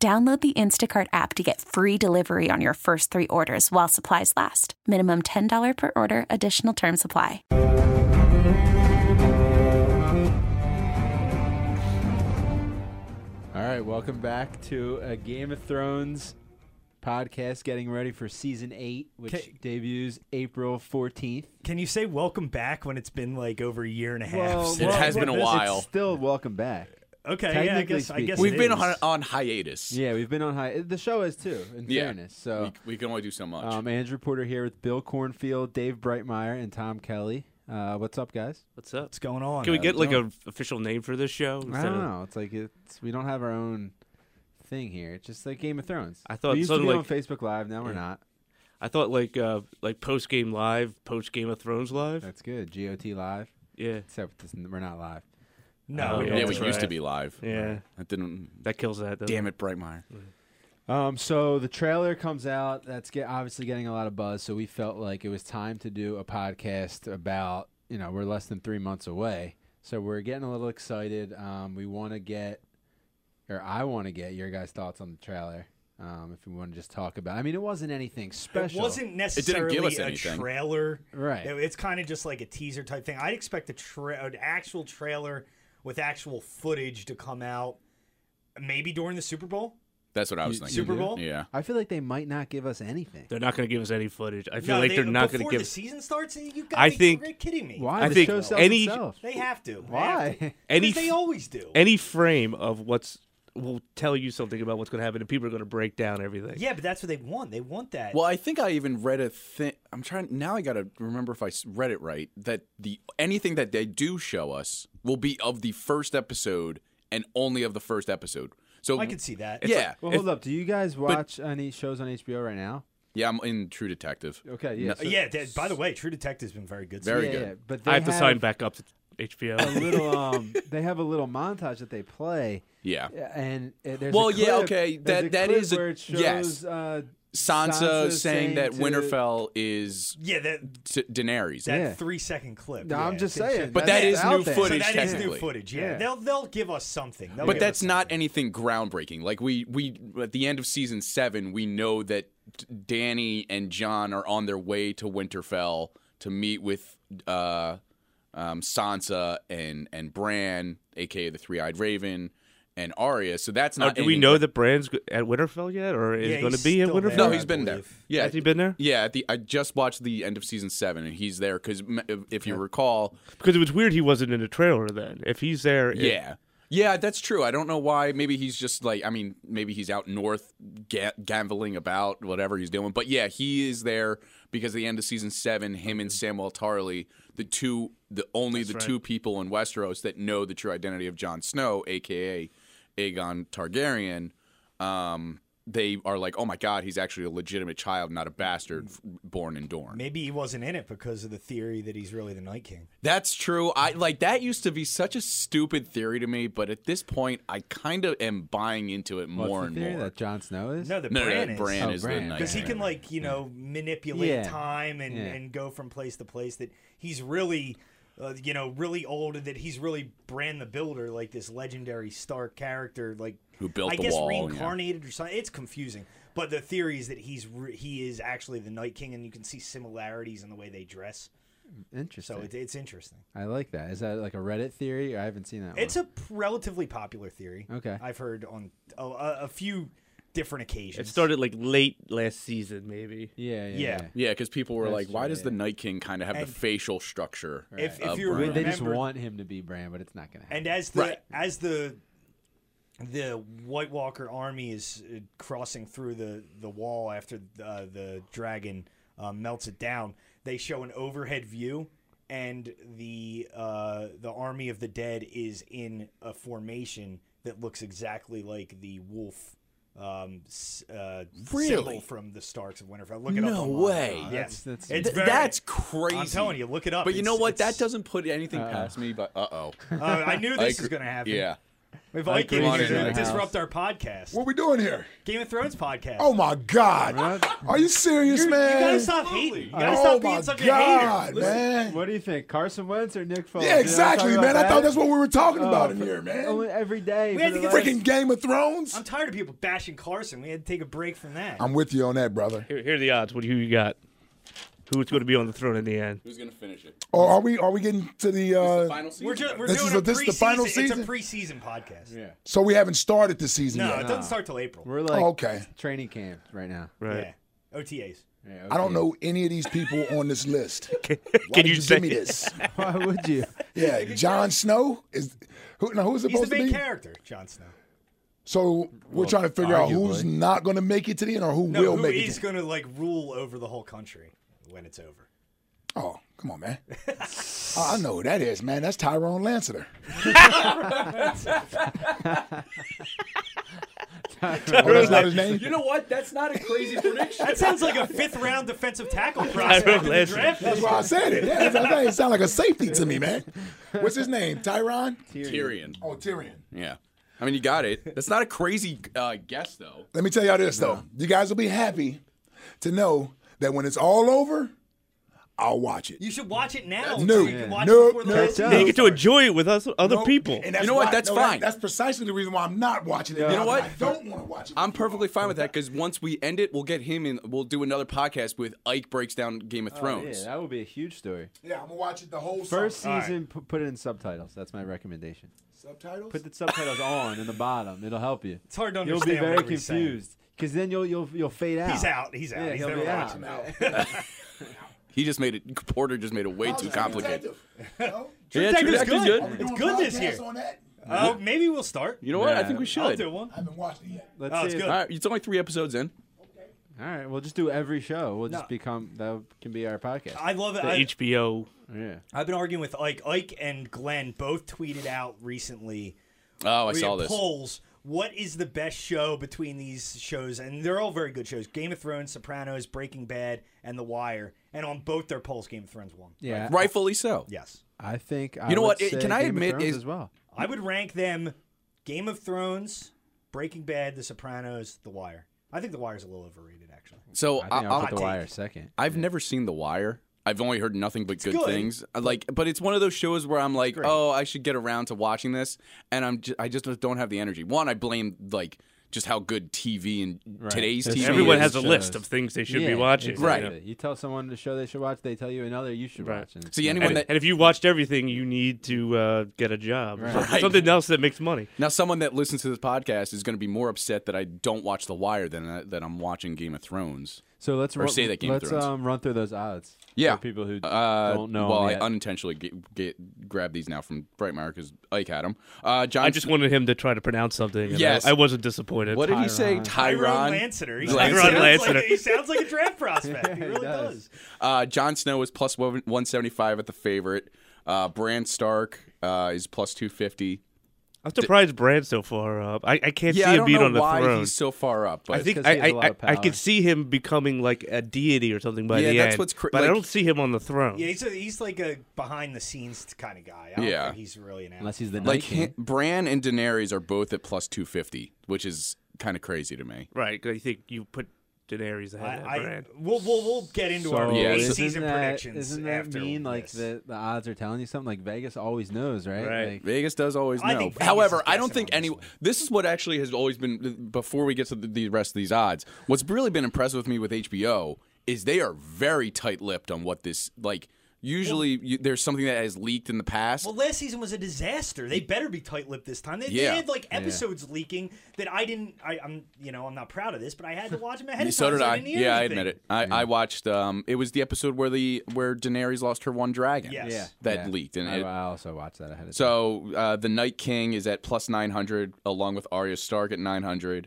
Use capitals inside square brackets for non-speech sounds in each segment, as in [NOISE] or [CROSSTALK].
Download the Instacart app to get free delivery on your first three orders while supplies last. Minimum $10 per order, additional term supply. All right, welcome back to a Game of Thrones podcast getting ready for season 8 which Ca- debuts April 14th. Can you say welcome back when it's been like over a year and a half? Well, since- It well, has been a it's while. still welcome back. okay, yeah, I technically guess I guess speaking. it We've been is. on, on hiatus. Yeah, we've been on high. The show is too, in Yeah. fairness. So, We, we can only do so much. um, Andrew Porter here with Bill Cornfield, Dave Brightmeyer, and Tom Kelly. Uh, what's up, guys? What's up? What's going on? Can we Uh, get like an official name for this show? I instead don't of- know. It's like it's we don't have our own thing here. It's just like Game of Thrones. I thought we used to be something on like- Facebook Live. Now we're not. I thought like uh like post game live, post Game of Thrones live. That's good. GOT Live, yeah, except it's, we're not live. No, Oh, we yeah, don't. yeah, we that's used to right. be live. yeah. That didn't. That kills that. doesn't Damn it, Brightmeyer. Um, so the trailer comes out. That's get, obviously getting a lot of buzz. So we felt like it was time to do a podcast about. You know, we're less than three months away, so we're getting a little excited. Um, we want to get, or I want to get your guys' thoughts on the trailer. Um, if we want to just talk about, I mean, it wasn't anything It special. wasn't give necessarily us a anything. trailer, Right. It- it's kind of just like a teaser type thing. I'd expect a tra- an actual trailer with actual footage to come out maybe during the Super Bowl. That's what I was You- thinking. Super do? Bowl? Yeah. I feel like they might not give us anything. They're not going to give us any footage. I feel like they- they, are not going to before give. the season starts. You got I to think- be kidding me. Why? I the think show sells any- itself. They have to. They have to. Why? Any 'Cause they f- always do. any frame of what's will tell you something about what's going to happen, and people are going to break down everything. yeah, but that's what they want. They want that. Well, I think I even read a thing. I'm trying now. I gotta remember if I s- read it right. That the anything that they do show us will be of the first episode and only of the first episode. So I could see that. Yeah, Well, hold up. Do you guys watch any shows on HBO right now? yeah. I'm in True Detective. Okay, yeah. so- Uh, yeah. that- by the way, True Detective's been very good. so Very yeah, good. yeah, But they I have, to sign back up to [LAUGHS] HBO. little um they have a little montage that they play Yeah. and uh, there's Well, a yeah, clip, okay, there's that- a that clip is a- where it shows yes. uh, Sansa, saying, that to- Winterfell is Yeah, that t- Daenerys. that Yeah. three second clip. No, I'm yeah, just they should- saying But that's that is out new there. So footage. that is new technically. footage. Yeah. Yeah. they'll they'll give us something. They'll But give that's us not something. anything groundbreaking. Like we we at the end of season seven, we know that D- Danny and John are on their way to Winterfell to meet with uh, um, Sansa and and Bran, aka the Three Eyed Raven, and Arya. So that's Now, not. Oh, do we anything- know that Brand's go- at Winterfell yet, or is Yeah, going to he's be at still Winterfell? there. No, I he's been there. believe. Yeah, Has he been there? Yeah, at the, I just watched the end of season seven, and he's there because if you recall, Because it was weird he wasn't in the trailer then. If he's there, it- Yeah. Yeah, that's true. I don't know why. Maybe he's just like, I mean, maybe he's out north ga- gambling about whatever he's doing. But yeah, he is there because at the end of season seven, him and Samuel Tarly, the two, the only the two people in Westeros that know the true identity of Jon Snow, aka Aegon Targaryen, um, they are like, oh my God, he's actually a legitimate child, not a bastard f- born in Dorne. Maybe he wasn't in it because of the theory that he's really the Night King. That's true. I like that used to be such a stupid theory to me, but at this point, I kind of am buying into it What's more the and theory more. that Jon Snow is No, the no, no, Bran no, is. Bran Oh, is Bran. the night. because he King. can like you know manipulate Yeah. time and Yeah. and go from place to place that he's really uh, you know really old and that he's really Bran the Builder like this legendary Stark character like Who built I the guess wall, yeah. reincarnated or something it's confusing but the theory is that he's re- he is actually the Night King and you can see similarities in the way they dress Interesting. so it, it's interesting I like that. Is that like a Reddit theory? I haven't seen that. it's one. a p- relatively popular theory Okay. I've heard on a, a, a few different occasions it started like late last season, maybe. yeah, yeah, yeah. yeah. Yeah, because people were like, "Why true, does the yeah. Night King kind of have And- the facial structure?" If- if of you Bran? They just Remember- want him to be Bran, but it's not gonna happen. And as the Right. as the the White Walker army is uh, crossing through the the wall after uh, the dragon uh, melts it down, they show an overhead view, and the uh, the army of the dead is in a formation that looks exactly like the wolf. um, s- uh, Really? symbol from the Starks of Winterfell. Look it up. No online. way. Yes, That's- that's- it's Th- very- that's crazy. I'm telling you, look it up. But you know It's- what? That it's- doesn't put anything past me. But uh oh, Uh, I [LAUGHS] knew [LAUGHS] this was going to happen. Yeah. If I agree came with here to you. House. disrupt our podcast, What we doing here? Game of Thrones podcast. Oh my God! Are you serious, you man? gotta stop hating. You gotta oh stop my being such a God, hater. man! What do you think, Carson Wentz or Nick Foles? You know yeah, what I'm exactly, talking man. about I thought that? Oh, that's what we were talking about in for- here, Only man. every day. We had for to the get last- Freaking Game of Thrones. I'm tired of people bashing Carson. We had to take a break from that. I'm with you on that, brother. Here, here are the odds. What do you got? Who's going to be on the throne in the end? Who's gonna finish it? Or are we? Are we getting to the? the uh final season. we're just we're This doing is a a- this is the preseason- final It's season? a preseason podcast. Yeah. So we haven't started the season No, yet. it doesn't start till April. We're like Oh, okay. training camp right now. Right. Yeah, OTAs. Yeah, I don't okay. know any of these people on [LAUGHS] this list. Can, can you you, say- give me this? Why would you? Yeah, Jon Snow is who? Now who's He's supposed the to main be? character, Jon Snow. So we're trying to figure out who's arguably. not going to make it to the end or who No, will who make it. is To the- going to like rule over the whole country when it's over? oh, come [LAUGHS] on, man! I I know who that is, man. That's [LAUGHS] Tyrone [LAUGHS] Lannister. Oh, that's not his name. You know what? That's not a crazy prediction. That sounds like a fifth round defensive [LAUGHS] tackle Tyrone prospect in the Lannister. draft. That's why I said it. Yeah, that's what I'm saying. It sounds like a safety to me, man. What's his name? Tyron? Tyrion. Oh, Tyrion. Yeah. I mean, you got it. That's not a crazy uh, guess though. Let me tell y'all this though. You guys will be happy to know that when it's all over, I'll watch it. You should watch it now. That's so new. you can watch Nope, it before the nope, last nope. Yeah, season you get to starts. enjoy it with us, other No, people. and that's You know what? why- That's no, that- fine. that's precisely the reason why I'm not watching it. You know what? I don't want to watch it. I'm perfectly fine with that because once we end it, we'll get him in. We'll do another podcast with Ike breaks down Game of Thrones. Oh, Yeah, that would be a huge story. Yeah, I'm gonna watch it the whole First summer. season, pu- put it in subtitles. That's my recommendation. subtitles. Put the subtitles on in the bottom. It'll help you. It's hard to You'll understand. be very whatever he's saying. confused because then you'll you'll you'll fade out. He's out. He's out. Yeah, he's he'll never be out. watching that. He just made it. [LAUGHS] Porter just made it Oh, way too complicated. True Yeah, True Detective's good. Are we It's doing good this podcasts year. on that? Uh, maybe we'll start. You know what? I Nah. think we I'll should. do All one. I haven't watched it yet. Let's Oh, see. it's if- good. All right, it's only three episodes in. right, we'll just do every show. We'll just No. become that can be our podcast. I love it. The I, HBO. yeah. I've been arguing with Ike. Ike and Glenn both tweeted out recently Oh, I we saw had this. polls. What is the best show between these shows? And they're all very good shows: Game of Thrones, Sopranos, Breaking Bad, and The Wire. And on both their polls, Game of Thrones won. Yeah. Rightfully so. Yes, I think I You know would what? It- say can I Game of admit Thrones is- as well. I would rank them: Game of Thrones, Breaking Bad, The Sopranos, The Wire. I think The Wire's a little overrated, actually. I So I, think I'll put I, The take- Wire second. I've never seen The Wire. I've only heard nothing but good, good. things. I Like, but it's one of those shows where I'm like, oh, I should get around to watching this, and I'm just, I just don't have the energy. One, I blame like just how good TV and today's There's TV. so Everyone is. has a shows. list of things they should Yeah, be watching. exactly. you know? You tell someone the show they should watch, they tell you another you should Right. watch. And See anyone And, that and if you watched everything, you need to uh, get a job. or something- Right. Something else that makes money. now someone that listens to this podcast is going to be more upset that I don't watch The Wire than I- that I'm watching Game of Thrones. so let's or run, say that Game of let's Thrones. um, run through those odds. Yeah. for people who Uh, don't know. Well, 'em I yet. unintentionally get, get grab these now from Brightmeyer because Ike had them. Uh, John, I just wanted him to try to pronounce something. And Yes. I, I wasn't disappointed. what did he say? Tyrone Tyron. Lannister. He Tyron sounds Lannister. Like, he sounds like a [LAUGHS] draft prospect. He really does. does. Uh, Jon Snow is plus one- 175 at the favorite. Uh, Bran Stark uh, is plus 250. I'm surprised Brand so far up. I, I can't Yeah, I see him don't being know on the why throne. he's so far up. But I think 'cause he I, has a lot I, of I, I power. could see him becoming like a deity or something by Yeah, the that's end, what's cra- but I like- don't see him on the throne. Yeah, he's a, he's like a behind the scenes kind of guy. I don't Yeah. think he's really an unless he's the like night him, king. Bran and Daenerys are both at plus 250, which is kind of crazy to me. Right? 'cause I think you put Daenerys ahead I, of I Brand. we'll, we'll we'll get into our So Yeah, yeah, so- season isn't that, predictions Isn't that after mean like this. the, the odds are telling you something? Like Vegas always knows, right? Right. Like, Vegas does always I know. think Vegas However, is I don't guessing think on any. this This, one. is what actually has always been. Before we get to the, the rest of these odds, what's really been impressive with me with HBO is they are very tight-lipped on what this like. Usually, you, there's something that has leaked in the past. well, last season was a disaster. They better be tight-lipped this time. They, they Yeah. had like episodes leaking that I didn't. I, I'm you know I'm not proud of this, but I had to watch them ahead Yeah, of so time. did I. didn't hear Yeah, I anything. admit it. I, I watched. Um, it was the episode where the where Daenerys lost her one dragon. Yes. yeah, that yeah. leaked, and I, it- I also watched that ahead of time. So uh, the Night King is at plus nine hundred, along with Arya Stark at nine hundred.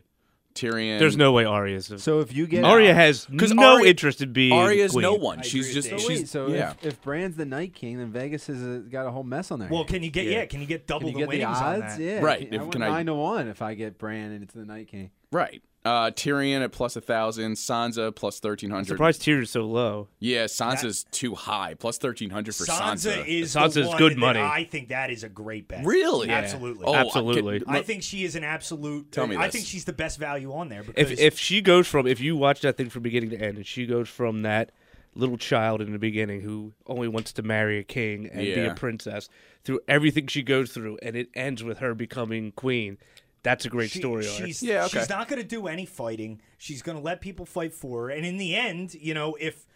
Tyrion. There's no way Arya's. So So if you get Arya has 'Cause no Arya- interest in being Arya's queen. no one. I She's agree just with So she's wait, so yeah. if, if Brand's the Night King, then Vegas has uh got a whole mess on their Well, hands. can you get yeah? Can you get double Can you the get the winnings on odds? that? Yeah, Right, Can, if- I went can I- nine to one if I get Brand and it's the Night King. right. Uh, Tyrion at plus a thousand, Sansa plus thirteen hundred. Surprised Tyrion's so low. Yeah, Sansa's too high. Plus thirteen hundred for Sansa. Sansa is Sansa's the one good that money. I think that is a great bet. really Absolutely. Oh, I Absolutely. could- I think she is an absolute. Tell me I this. think she's the best value on there because If if she goes from if you watch that thing from beginning to end, and she goes from that little child in the beginning who only wants to marry a king and be Yeah. a princess through everything she goes through, and it ends with her becoming queen. That's a great she- story arc. she's, Yeah, okay. she's not going to do any fighting. She's going to let people fight for her, and in the end, you know, if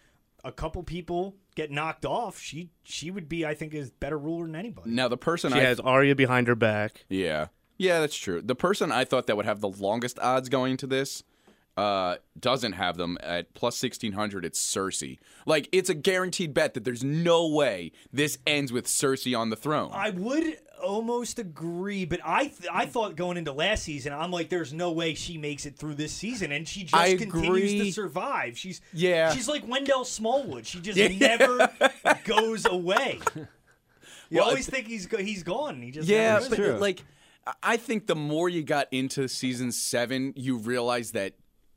a couple people get knocked off, she she would be, I think, is better ruler than anybody. now the person She I has Arya behind her back. Yeah. Yeah, that's true. The person I thought that would have the longest odds going to this uh, doesn't have them at plus 1600. It's Cersei. Like, it's a guaranteed bet that there's no way this ends with Cersei on the throne. I would almost agree, but I th- Hmm. I thought going into last season, I'm like, there's no way she makes it through this season, and she just I continues agree. to survive. She's Yeah. she's like Wendell Smallwood. She just [LAUGHS] never goes away. You Well, always think he's go- he's gone. and He just yeah, never is. but true. like, I- I think the more you got into season seven, you realize that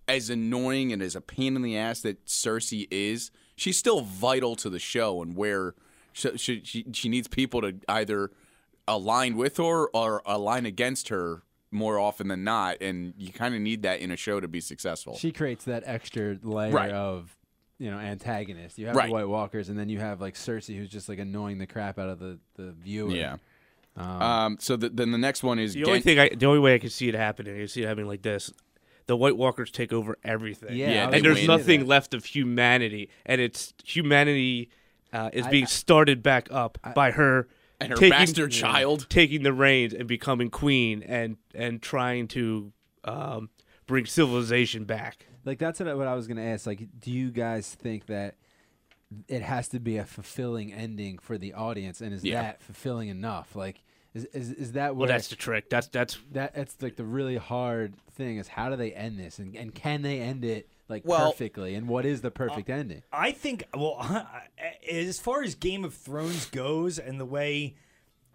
as annoying and as a pain in the ass that Cersei is, she's still vital to the show and where she, she, she, she needs people to either align with her or align against her more often than not. And you kind of need that in a show to be successful. She creates that extra layer Right. of you know antagonist. You have Right. the White Walkers, and then you have like Cersei, who's just like annoying the crap out of the the viewer. yeah. Um, so the, then the next one is The only Gen- thing, I, the only way I could see it happening, I could see it happening like this: the White Walkers take over everything, Yeah, Yeah, I they and there's win. nothing left of humanity, and it's humanity uh, is being started back up by her and her taking, bastard child. taking the reins and becoming queen, and and trying to um, bring civilization back. Like that's what I, what I was gonna ask. Like, do you guys think that it has to be a fulfilling ending for the audience, and is Yeah. that fulfilling enough? Like, is is, is that Well, what that's the trick. That's that's that that's like the really hard thing is how do they end this, and and can they end it like Well- perfectly, and what is the perfect ending? I think well, [LAUGHS] as far as Game of Thrones goes, and the way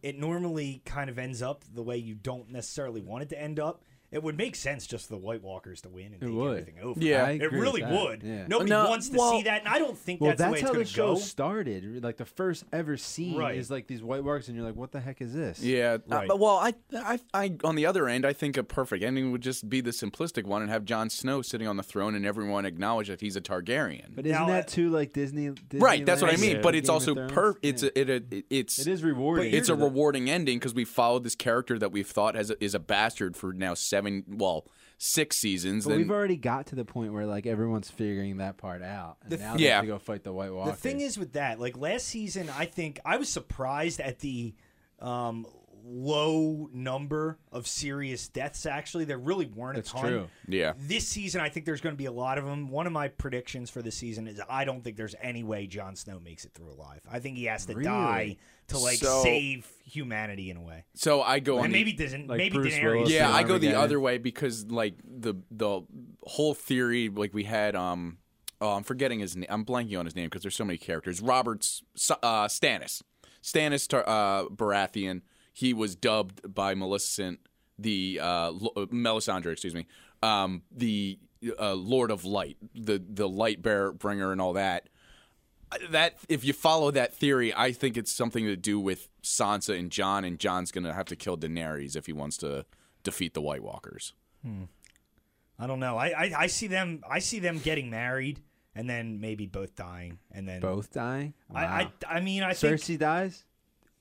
it normally kind of ends up, the way you don't necessarily want it to end up, it would make sense just for the White Walkers to win and take would. everything over. Yeah. I it agree with really that, would. yeah. Nobody No, wants to well- see that, and I don't think Well, that's, that's, the how way the it's going show to go. started. Like the first ever scene Right. is like these white walkers, and you're like, "What the heck is this?" Yeah, uh, Right. but well, I, I, I, on the other end, I think a perfect ending would just be the simplistic one and have Jon Snow sitting on the throne and everyone acknowledge that he's a Targaryen. But isn't Now, that uh, too like Disney? Disney right, that's what I mean. Yeah. But it's also per, it's a, it, it, it's it is rewarding. it's a reward. rewarding ending because we followed this character that we've thought has a, is a bastard for now seven, well, six seasons. But then- we've already got to the point where like everyone's figuring that part out, and The now th- they Yeah. have to go fight the White Walkers. The thing is with that, like last season, I think I was surprised at the um, low number of serious deaths. Actually, there really weren't That's a ton. true. Yeah. This season, I think there's going to be a lot of them. One of my predictions for this season is I don't think there's any way Jon Snow makes it through alive. I think he has to Really? die to like So- save humanity in a way, so I go on and the- maybe doesn't. like maybe Bruce Daenerys. Willis. yeah, Yeah, I go the Armageddon. other way because like the the whole theory like we had um oh I'm forgetting his name I'm blanking on his name because there's so many characters Robert's uh, Stannis Stannis Tar- uh, Baratheon he was dubbed by Maleficent the uh, Lo- uh, Melisandre excuse me um the uh, Lord of Light the the light bearer bringer and all that that if you follow that theory, I think it's something to do with Sansa and John, and John's gonna have to kill Daenerys if he wants to defeat the White Walkers. I don't know. I, I I see them. I see them getting married, and then maybe both dying, and then both dying. Wow. I, I, I mean I think Cersei dies.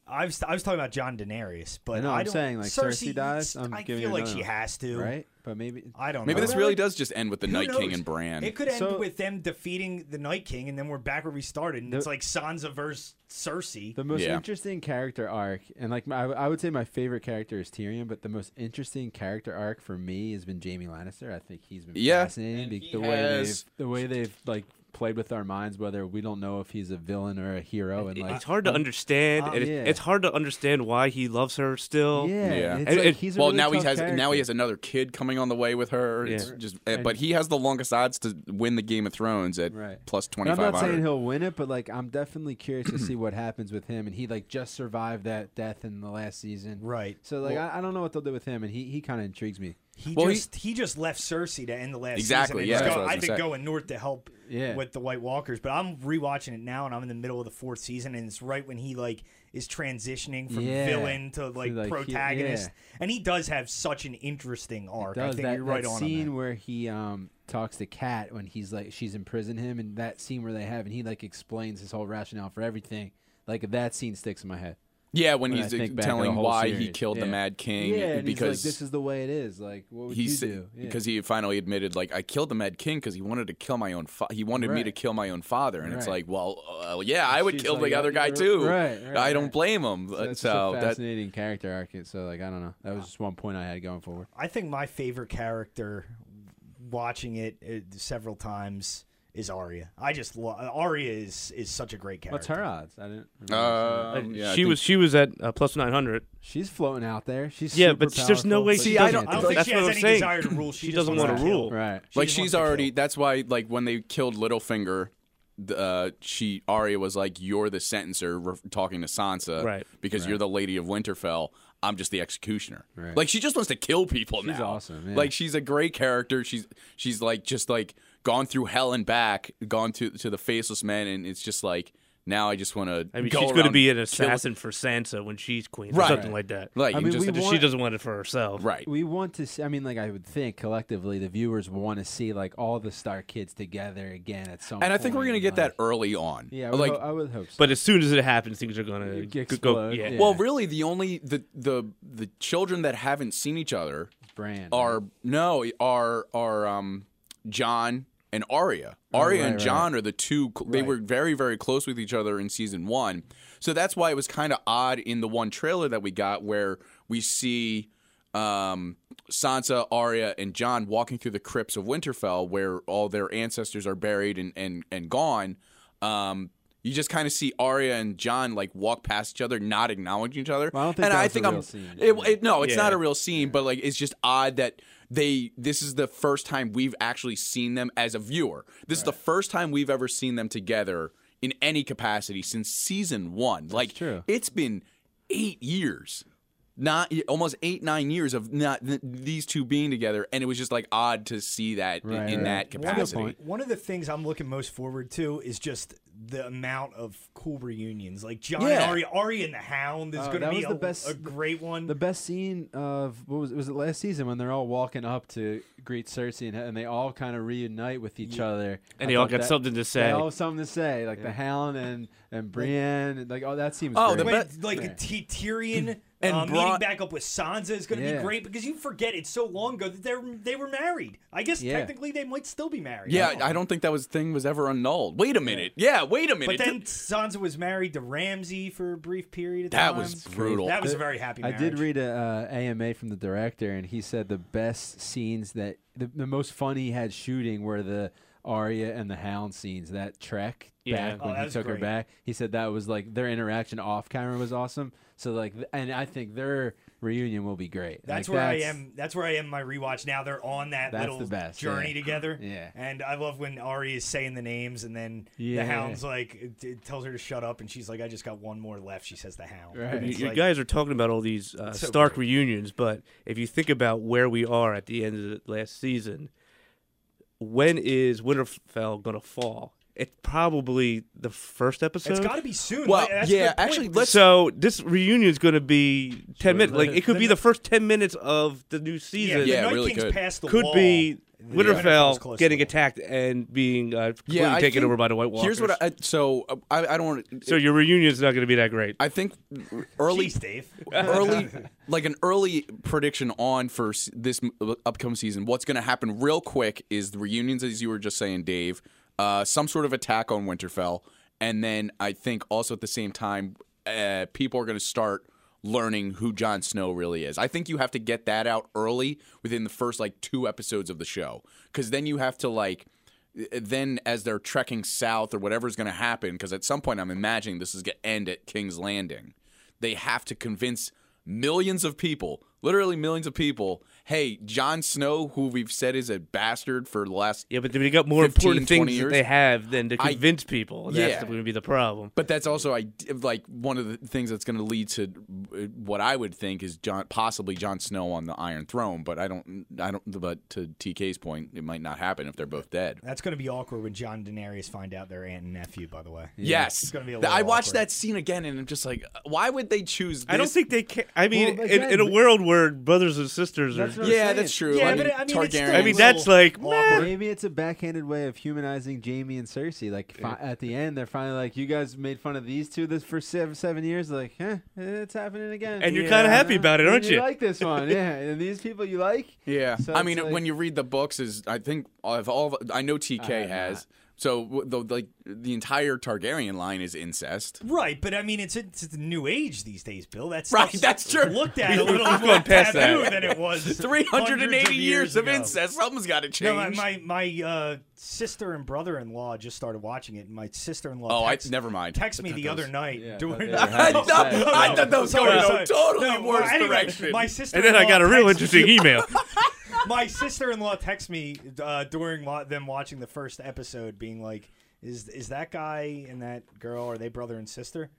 I was I was talking about John Daenerys, but I know, I I'm don't, saying, like, Cersei dies, I'm I giving feel you like another she one. has to. Right, but maybe I don't. Maybe know. this really does just end with the Night Who King knows? and Bran. It could end So- with them defeating the Night King, and then we're back where we started, and it's like Sansa versus Cersei. The most Yeah. interesting character arc, and like my, I would say my favorite character is Tyrion, but the most interesting character arc for me has been Jamie Lannister. I think he's been Yeah. fascinating. And be- he the way has- they've the way they've like played with our minds, whether we don't know if he's a villain or a hero, and it- like it's hard to understand, and it- yeah. it's hard to understand why he loves her still. yeah, Yeah. It's And- like and- he's a well, really now he tough has now character. he has another kid coming on the way with her. It's Yeah. just, eh, but he has the longest odds to win the Game of Thrones at Right. plus And twenty I'm five not saying hundred. he'll win it, but like I'm definitely curious to [CLEARS THROAT] see what happens with him. And he like just survived that death in the last season, Right. So like I, I don't know what they'll do with him, and he he kind of intrigues me. He Well, he- just he, just left Cersei to end the last Season Exactly, and yeah, he's that's go- what I I've was been gonna say. going north to help Yeah. with the White Walkers, but I'm rewatching it now, and I'm in the middle of the fourth season, and it's right when he like is transitioning from Yeah. villain to like, like, he- protagonist, and he does have such an interesting arc. I Does think that, you're right that on him. scene where he um talks to Kat when he's like she's in prison him and that scene where they have and he like explains his whole rationale for everything. Like that scene sticks in my head. Yeah, when When he's I uh, think back of the telling whole why he series. killed the Yeah. Mad King yeah, and he's like, because this is the way it is. Like what would he you sa- do? Yeah. because he finally admitted like I killed the Mad King because he wanted to kill my own fa- he wanted me to Right. kill my own father and it's Right. like well uh, yeah I would She's kill like, the other guy "You're- too right, right, I don't right. blame him So so, that's just a that fascinating character arc. So like I don't know. That was just one point I had going forward. I think my favorite character, watching it uh, several times, is Arya. I just lo- Arya is is such a great character. What's her odds? I didn't. remember seeing it. uh, she yeah, I was she was at uh, plus nine hundred. she's floating out there. She's Yeah, super but there's no powerful, way but she she's I doesn't. don't- I don't though. think That's she what has I'm any saying. desire to [LAUGHS] rule. She She just doesn't wants want to to kill. rule. right. She like just she's wants to already kill. that's why like when they killed Littlefinger th- uh she Arya was like you're the sentencer re- talking to Sansa Right. because you're the lady of Winterfell I'm just the executioner Right. like she just wants to kill people She's now awesome, yeah. like she's a great character she's she's like just like gone through hell and back gone to to the faceless men and it's just like now I just want to I mean, go she's going to around be an kill- assassin for Sansa when she's queen, or Right. something like that. like I and mean, just, we Just- she want- doesn't want it for herself, right We want to see. I mean, like I would think collectively, the viewers want to see like all the star kids together again at some. and I think point we're gonna in get that life. early on Yeah, I would like ho- I would hope so. But as soon as it happens, things are going to go. Explode, Yeah. yeah. well really the only the the the children that haven't seen each other Brand are no are are um John and Arya. Arya Oh, right, and John are the two. cl- They were very very close with each other in season one, so that's why it was kind of odd in the one trailer that we got where we see um Sansa, Arya, and John walking through the crypts of Winterfell, where all their ancestors are buried and and and gone. Um, you just kind of see Arya and John like walk past each other, not acknowledging each other. Well, I don't think and that I was a think real I'm. scene. It, it- no, it's not Yeah. a real scene, but like it's just odd that they. This is the first time we've actually seen them as a viewer. This is the first time we've ever seen them together in any capacity since season one. like true. it's been eight years. Not almost eight nine years of not th- these two being together, and it was just like odd to see that in- Right, in right. that Well, good capacity. point. One of the things I'm looking most forward to is just the amount of cool reunions, like John Yeah. and Arya, Arya and the Hound is Oh, going to that be was a, the best- a great one. The best scene of what was was it last season when they're all walking up to greet Cersei and, and they all kind of reunite with each other, And I they all thought got that- something to They say. all have something to say, like the Hound and and Brienne, and like oh that seems. Oh, great. the When, best- like T- Tyrion And uh, Bron- meeting back up with Sansa is going to Yeah. be great because you forget it's so long ago that they are they were married. I guess Yeah. technically they might still be married. Yeah, don't know. I don't think that was thing was ever unnulled. Wait a minute. Yeah, wait a minute. But then Sansa was married to Ramsay for a brief period of that time. was brutal. That was a very happy I marriage. did read a uh, AMA from the director, and he said the best scenes that the, the most fun he had shooting were the Arya and the Hound scenes. That trek Yeah. back Oh, when that he was took her great. back, he said that was like their interaction off camera was awesome. So like, th- and I think their reunion will be great. That's Like, where I am. That's where I am. in My rewatch now. They're on that That's little the best, journey yeah. together. Yeah. And I love when Ari is saying the names, and then Yeah. the hound's like it, it tells her to shut up, and she's like, "I just got one more left." She says, "The hound." Right. You, It's you like- guys are talking about all these uh, so Stark reunions, but if you think about where we are at the end of the last season, when is Winterfell going to fall? It's probably the first episode. it's got to be soon. Well, Like, that's a yeah, good point. actually, let's so this reunion is going to be ten minutes. Like it could The be ne- the first ten minutes of the new yeah, season. the Yeah, Night really King's good. past the could wall, be and the Winterfell's Winterfell close getting to the wall. attacked and being uh, completely yeah, I taken think- over by the White Walkers. Here's what I, so uh, I, I don't. wanna- so your reunion's not going to be that great. I think early, Jeez, Dave. early, like an early prediction on for s- this m- uh, upcoming season. What's going to happen real quick is the reunions, as you were just saying, Dave. Uh, some sort of attack on Winterfell, and then I think also at the same time, uh, people are going to start learning who Jon Snow really is. I think you have to get that out early within the first like two episodes of the show, because then you have to like uh, then as they're trekking south or whatever's going to happen because at some point i'm imagining this is going to end at king's landing they have to convince millions of people literally millions of people. Hey, Jon Snow, who we've said is a bastard for the last Yeah, but they got more 15, 20 important things that years. they have than to I- convince people. That's Yeah. going to be the problem. But that's also I like one of the things that's going to lead to uh, what I would think is John possibly Jon Snow on the Iron Throne. But I don't, I don't. But to TK's point, it might not happen if they're both dead. That's going to be awkward when John Daenerys find out they're aunt and nephew. By the way, Yes, It's gonna be a Th- little I watched awkward. that scene again, and I'm just like, why would they choose? This? I don't think they can. I mean, Well, in, again, in a we- world where brothers and sisters are. That's what I'm Yeah, saying. that's true. Yeah, I mean, but I mean, it's Targaryen. still I mean, that's like. Awkward. meh. Maybe it's a backhanded way of humanizing Jamie and Cersei. Like fi- at the end, they're finally like, "You guys made fun of these two this for seven, seven years. Like, huh, it's happening again." And you're kinda happy about it, And aren't you? You like this one, yeah. And these people you like. Yeah, So I it's mean, like- when you read the books, is I think of all of, I know TK have has. not. So w- the like the entire Targaryen line is incest. Right, but I mean, it's it's the new age these days, Bill. That's Right, that's true. Looked [LAUGHS] at a little We've more gone past taboo that. than it was. [LAUGHS] Three hundred and hundreds eighty years of ago. incest. Something's got to change. No, my my, my uh, sister and brother in law just started watching it, and my sister in law. Oh, I- text, never mind. Text me I thought the that other was- night Yeah, I [LAUGHS] thought during. they were I having thought- sex. I thought that was Sorry, going a sorry. totally No, well, worse anyway, direction. My sister [LAUGHS] And then I got a real interesting [LAUGHS] email. My sister-in-law texted me uh, during wa- them watching the first episode, being like, "Is is that guy and that girl are they brother and sister?"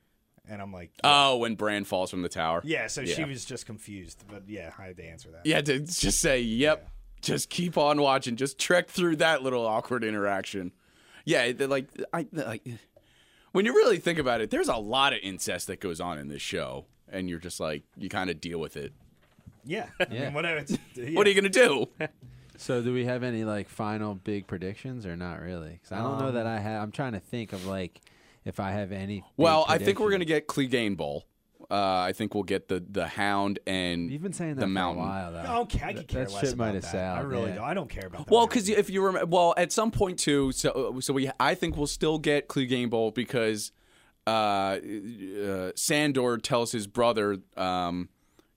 And I'm like, Oh, when Bran falls from the tower. "Yeah." So she yeah. was just confused, but yeah, I had to answer that. Yeah, to just say, yep, just keep on watching. Just trek through that little awkward interaction. Yeah, they're like, I, like, when you really think about it, there's a lot of incest that goes on in this show, and you're just like, you kind of deal with it. Yeah, I mean, Yeah. whatever. It's, yeah. What are you gonna do? So, do we have any like final big predictions or not really? Because I don't know that I have. I'm trying to think of like if I have any. big well, I think we're gonna predictions. get Clegane Bowl. Uh, I think we'll get the the Hound and You've been saying that the for mountain. a while though. Okay, I could That- care that less shit about might have that. I sailed, really yeah. don't. I don't care about that. Well, because if you remember, well, at some point too, so uh, so we, I think we'll still get Clegane Bowl because uh, uh, Sandor tells his brother, um,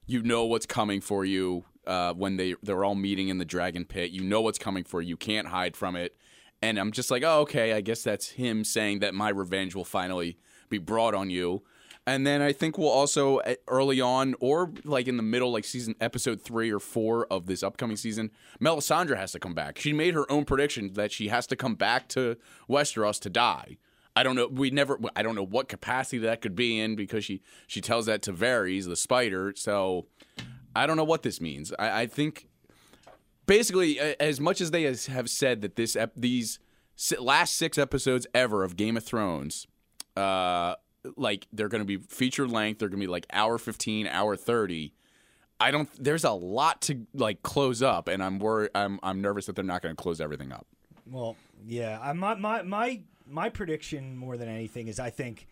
"You know what's coming for you." Uh, when they they're all meeting in the dragon pit, you know what's coming for you. You can't hide from it. And I'm just like, oh, okay, I guess that's him saying that my revenge will finally be brought on you. And then I think we'll also eh, early on, or like in the middle, like season episode three or four of this upcoming season, Melisandre has to come back. She made her own prediction that she has to come back to Westeros to die. I don't know. We never. I don't know what capacity that could be in because she she tells that to Varys, the spider. So I don't know what this means. I, I think basically, a- as much as they has, have said that this ep- these si- last six episodes ever of Game of Thrones, uh, like they're going to be feature length, they're going to be like hour fifteen, hour thirty. I don't. There's a lot to like close up, and I'm worried. I'm I'm nervous that they're not going to close everything up. Well, yeah, I, my my my my prediction more than anything is I think,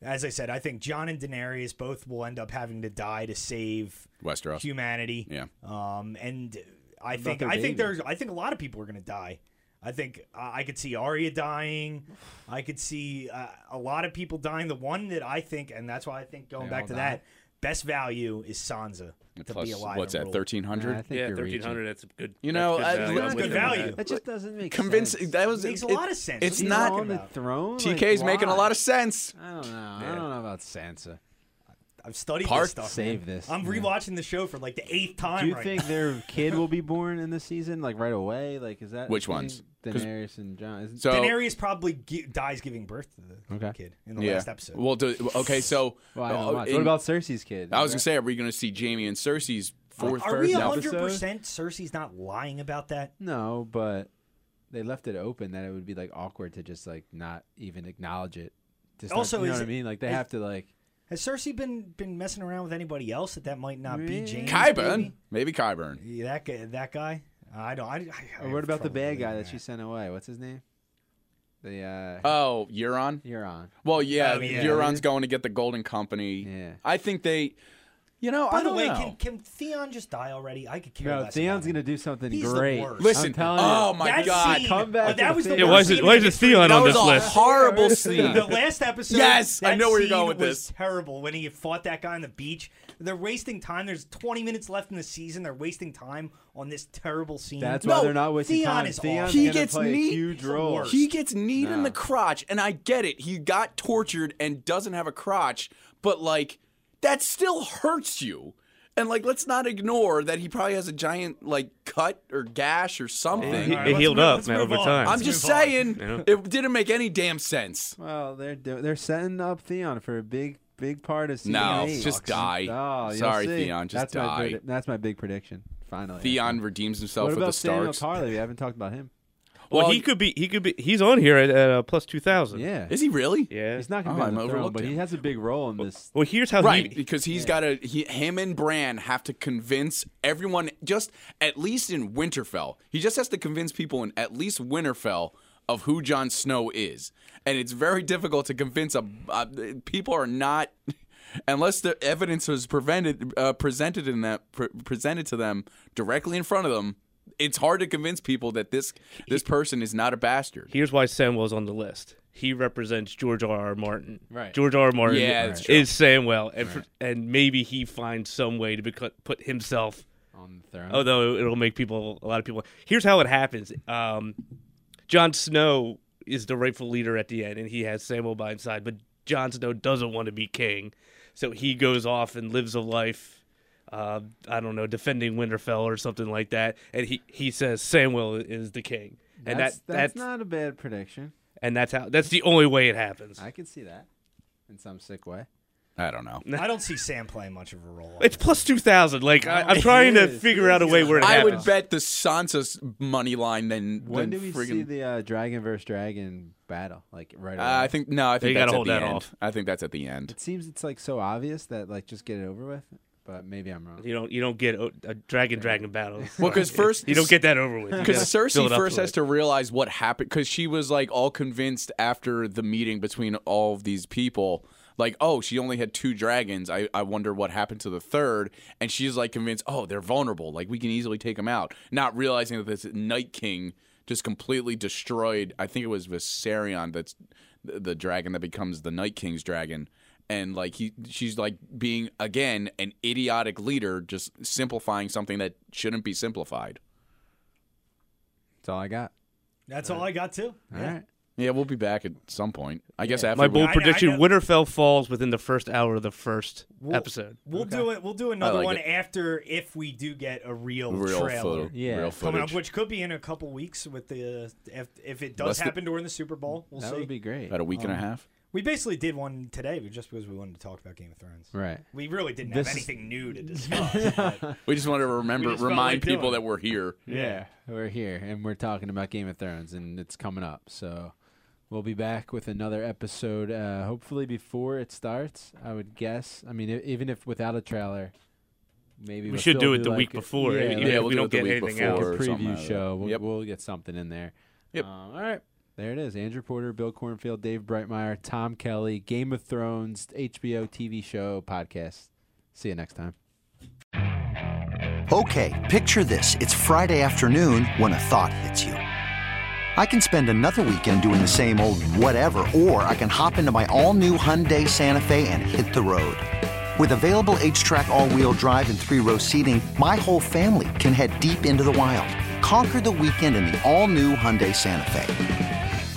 as I said, I think John and Daenerys both will end up having to die to save Westeros. humanity. Yeah. Um, and I think their I think baby? there's I think a lot of people are gonna die. I think I I could see Arya dying. I could see uh, a lot of people dying. The one that I think, and that's why I think going They back all to die? that, best value is Sansa to Plus, be alive. what's and that? rule. Thirteen Nah, I hundred. think yeah, you're thirteen reaching. hundred. That's a good. You know, that's I- good value. that's I'm with good you on value. that. That just doesn't make Convince. sense. That was Makes a it- lot of sense. What are It's you not. talking on the about? throne. like, TK's making a why? lot of sense. I don't know. I don't know about Sansa. I've studied Park- this stuff. Save man. this, I'm yeah. rewatching the show for like the eighth time. Do you right think [LAUGHS] now. their kid will be born in the season, like right away? Like, is that Which a thing? ones? 'Cause- Daenerys and John. Isn't, So Daenerys probably gi- dies giving birth to the Okay. kid in the last episode? Well, do, okay, so well, I don't uh, watch. in- what about Cersei's kid? I was gonna say, are we gonna see Jamie and Cersei's fourth? Are we first 100% episode? Cersei's not lying about that? no, but they left it open that it would be like awkward to just like not even acknowledge it. Just Also, not, you know what is I it- mean? Like they is- have to like. Has Cersei been been messing around with anybody else that that might not be Really? James? Kyburn, maybe Kyburn. Yeah, that guy, that guy. I don't. I, I, I Or what have about the trouble bad guy believing that she sent away? What's his name? The uh, Oh, Euron. Euron. Well, yeah, Oh, yeah. Euron's going to get the Golden Company. Yeah. I think they. You know, By I the don't way, know. can, can Theon just die already? I could care Bro, less. Theon's about gonna him. do something He's the great. worst. Listen. I'm telling you. Oh my That God. scene- Come back uh, to that the was the Theon. Yeah, worst why is it? scene Why in is it history. Theon that on was this a list? horrible scene. [LAUGHS] The last episode. Yes, I that know where you're scene going with was this. Terrible when he fought that guy on the beach. They're wasting time. There's 20 minutes left in the season. They're wasting time on this terrible scene. That's why No, they're not wasting Theon time. is Theon's awful. He gonna gets play a neat. huge He's the role. worst. He gets kneed in the crotch, and I get it. He got tortured and doesn't have a crotch, but like that still hurts you. And like, let's not ignore that he probably has a giant like cut or gash or something. He- right, it let's healed move- up let's man, move over on. time. I'm Let's just move on. saying, Yeah. it didn't make any damn sense. Well, they're do- they're setting up Theon for a big big part of season No, eight. just die. Oh, you'll Sorry, see. Theon, just that's My die. predi- that's my big prediction. Finally, Theon redeems himself What with the about Samuel Starks. Tarly? We haven't talked about him. Well, Well, he could be. He could be. He's on here at, at uh, plus two thousand. Yeah, Is he really? Yeah. he's not going Oh, to I'm Oh. be on the throne, overlooked but he him. has a big role in this. Well, here's how Right, he. because he's got to. He, him and Bran have to convince everyone, just at least in Winterfell. He just has to convince people in at least Winterfell of who Jon Snow is, and it's very [LAUGHS] difficult to convince a, uh people are not [LAUGHS] unless the evidence was prevented uh, presented in that pre- presented to them directly in front of them. It's hard to convince people that this this person is not a bastard. Here's why Samwell's on the list. He represents George R. R. Martin. Right. George R. R. Martin Yeah, that's true. is Samwell, and for, and maybe he finds some way to beco- put himself. on the throne. Mm-hmm. Oh, Although it'll make people a lot of people. Here's how it happens. Um, Jon Snow is the rightful leader at the end, and he has Samwell by his side. But Jon Snow doesn't want to be king, so he goes off and lives a life. Uh, I don't know, defending Winterfell or something like that, and he, he says Samwell is the king, and that's, that that's, not a bad prediction. and that's how that's the only way it happens. I can see that in some sick way. I don't know. I don't see Sam playing much of a role. It's plus two thousand. Like I, I'm trying to is. figure out a way where it I happens. would bet the Sansa's money line than When than do we friggin- see the uh, dragon versus dragon battle? Like right away. Uh, I think no. I think You that's gotta at hold the that end. off. I think that's at the end. it seems it's like so obvious that like just get it over with. But maybe I'm wrong. you don't you don't get a, a dragon dragon battle. [LAUGHS] Well, because first you don't get that over with. You because gotta Cersei build up first it. has to realize what happened because she was like all convinced after the meeting between all of these people. Like, oh, she only had two dragons. I, I wonder what happened to the third. And she's like convinced, oh, they're vulnerable. Like, we can easily take them out. Not realizing that this Night King just completely destroyed, I think it was Viserion that's the, the dragon that becomes the Night King's dragon. And like, he, she's like being, again, an idiotic leader, just simplifying something that shouldn't be simplified. That's all I got. That's all I got too. All Yeah. right. Yeah, we'll be back at some point. I guess after My we- bold I- I prediction: know- Winterfell falls within the first hour of the 1st We'll- episode. We'll do it. We'll do another like one it. after if we do get a real, real trailer photo, Yeah. real coming up, footage. which could be in a couple weeks. With the if, if it does Unless the- happen during the Super Bowl, we'll That see. would be great. Um, About a week Oh. and a half. we basically did one today just because we wanted to talk about Game of Thrones. Right. We really didn't This have is- anything [LAUGHS] new to discuss. but- We just [LAUGHS] want to remember, just felt remind like doing people it. that we're here. Yeah. We're here and we're talking about Game of Thrones and it's coming up. So we'll be back with another episode uh, hopefully before it starts. I would guess. I mean, e- even if without a trailer, maybe We we'll should still do it the like week a- before, Yeah, even like if we'll we do don't it the get week anything before. out. a or something preview like that. show. We'll, Yep. we'll get something in there. Yep. Um, all right. There it is. Andrew Porter, Bill Cornfield, Dave Brightmeyer, Tom Kelly, Game of Thrones, HBO TV show, podcast. See you next time. Okay, picture this. It's Friday afternoon when a thought hits you. I can spend another weekend doing the same old whatever, or I can hop into my all new Hyundai Santa Fe and hit the road. With available H track, all wheel drive, and three row seating, my whole family can head deep into the wild. Conquer the weekend in the all new Hyundai Santa Fe.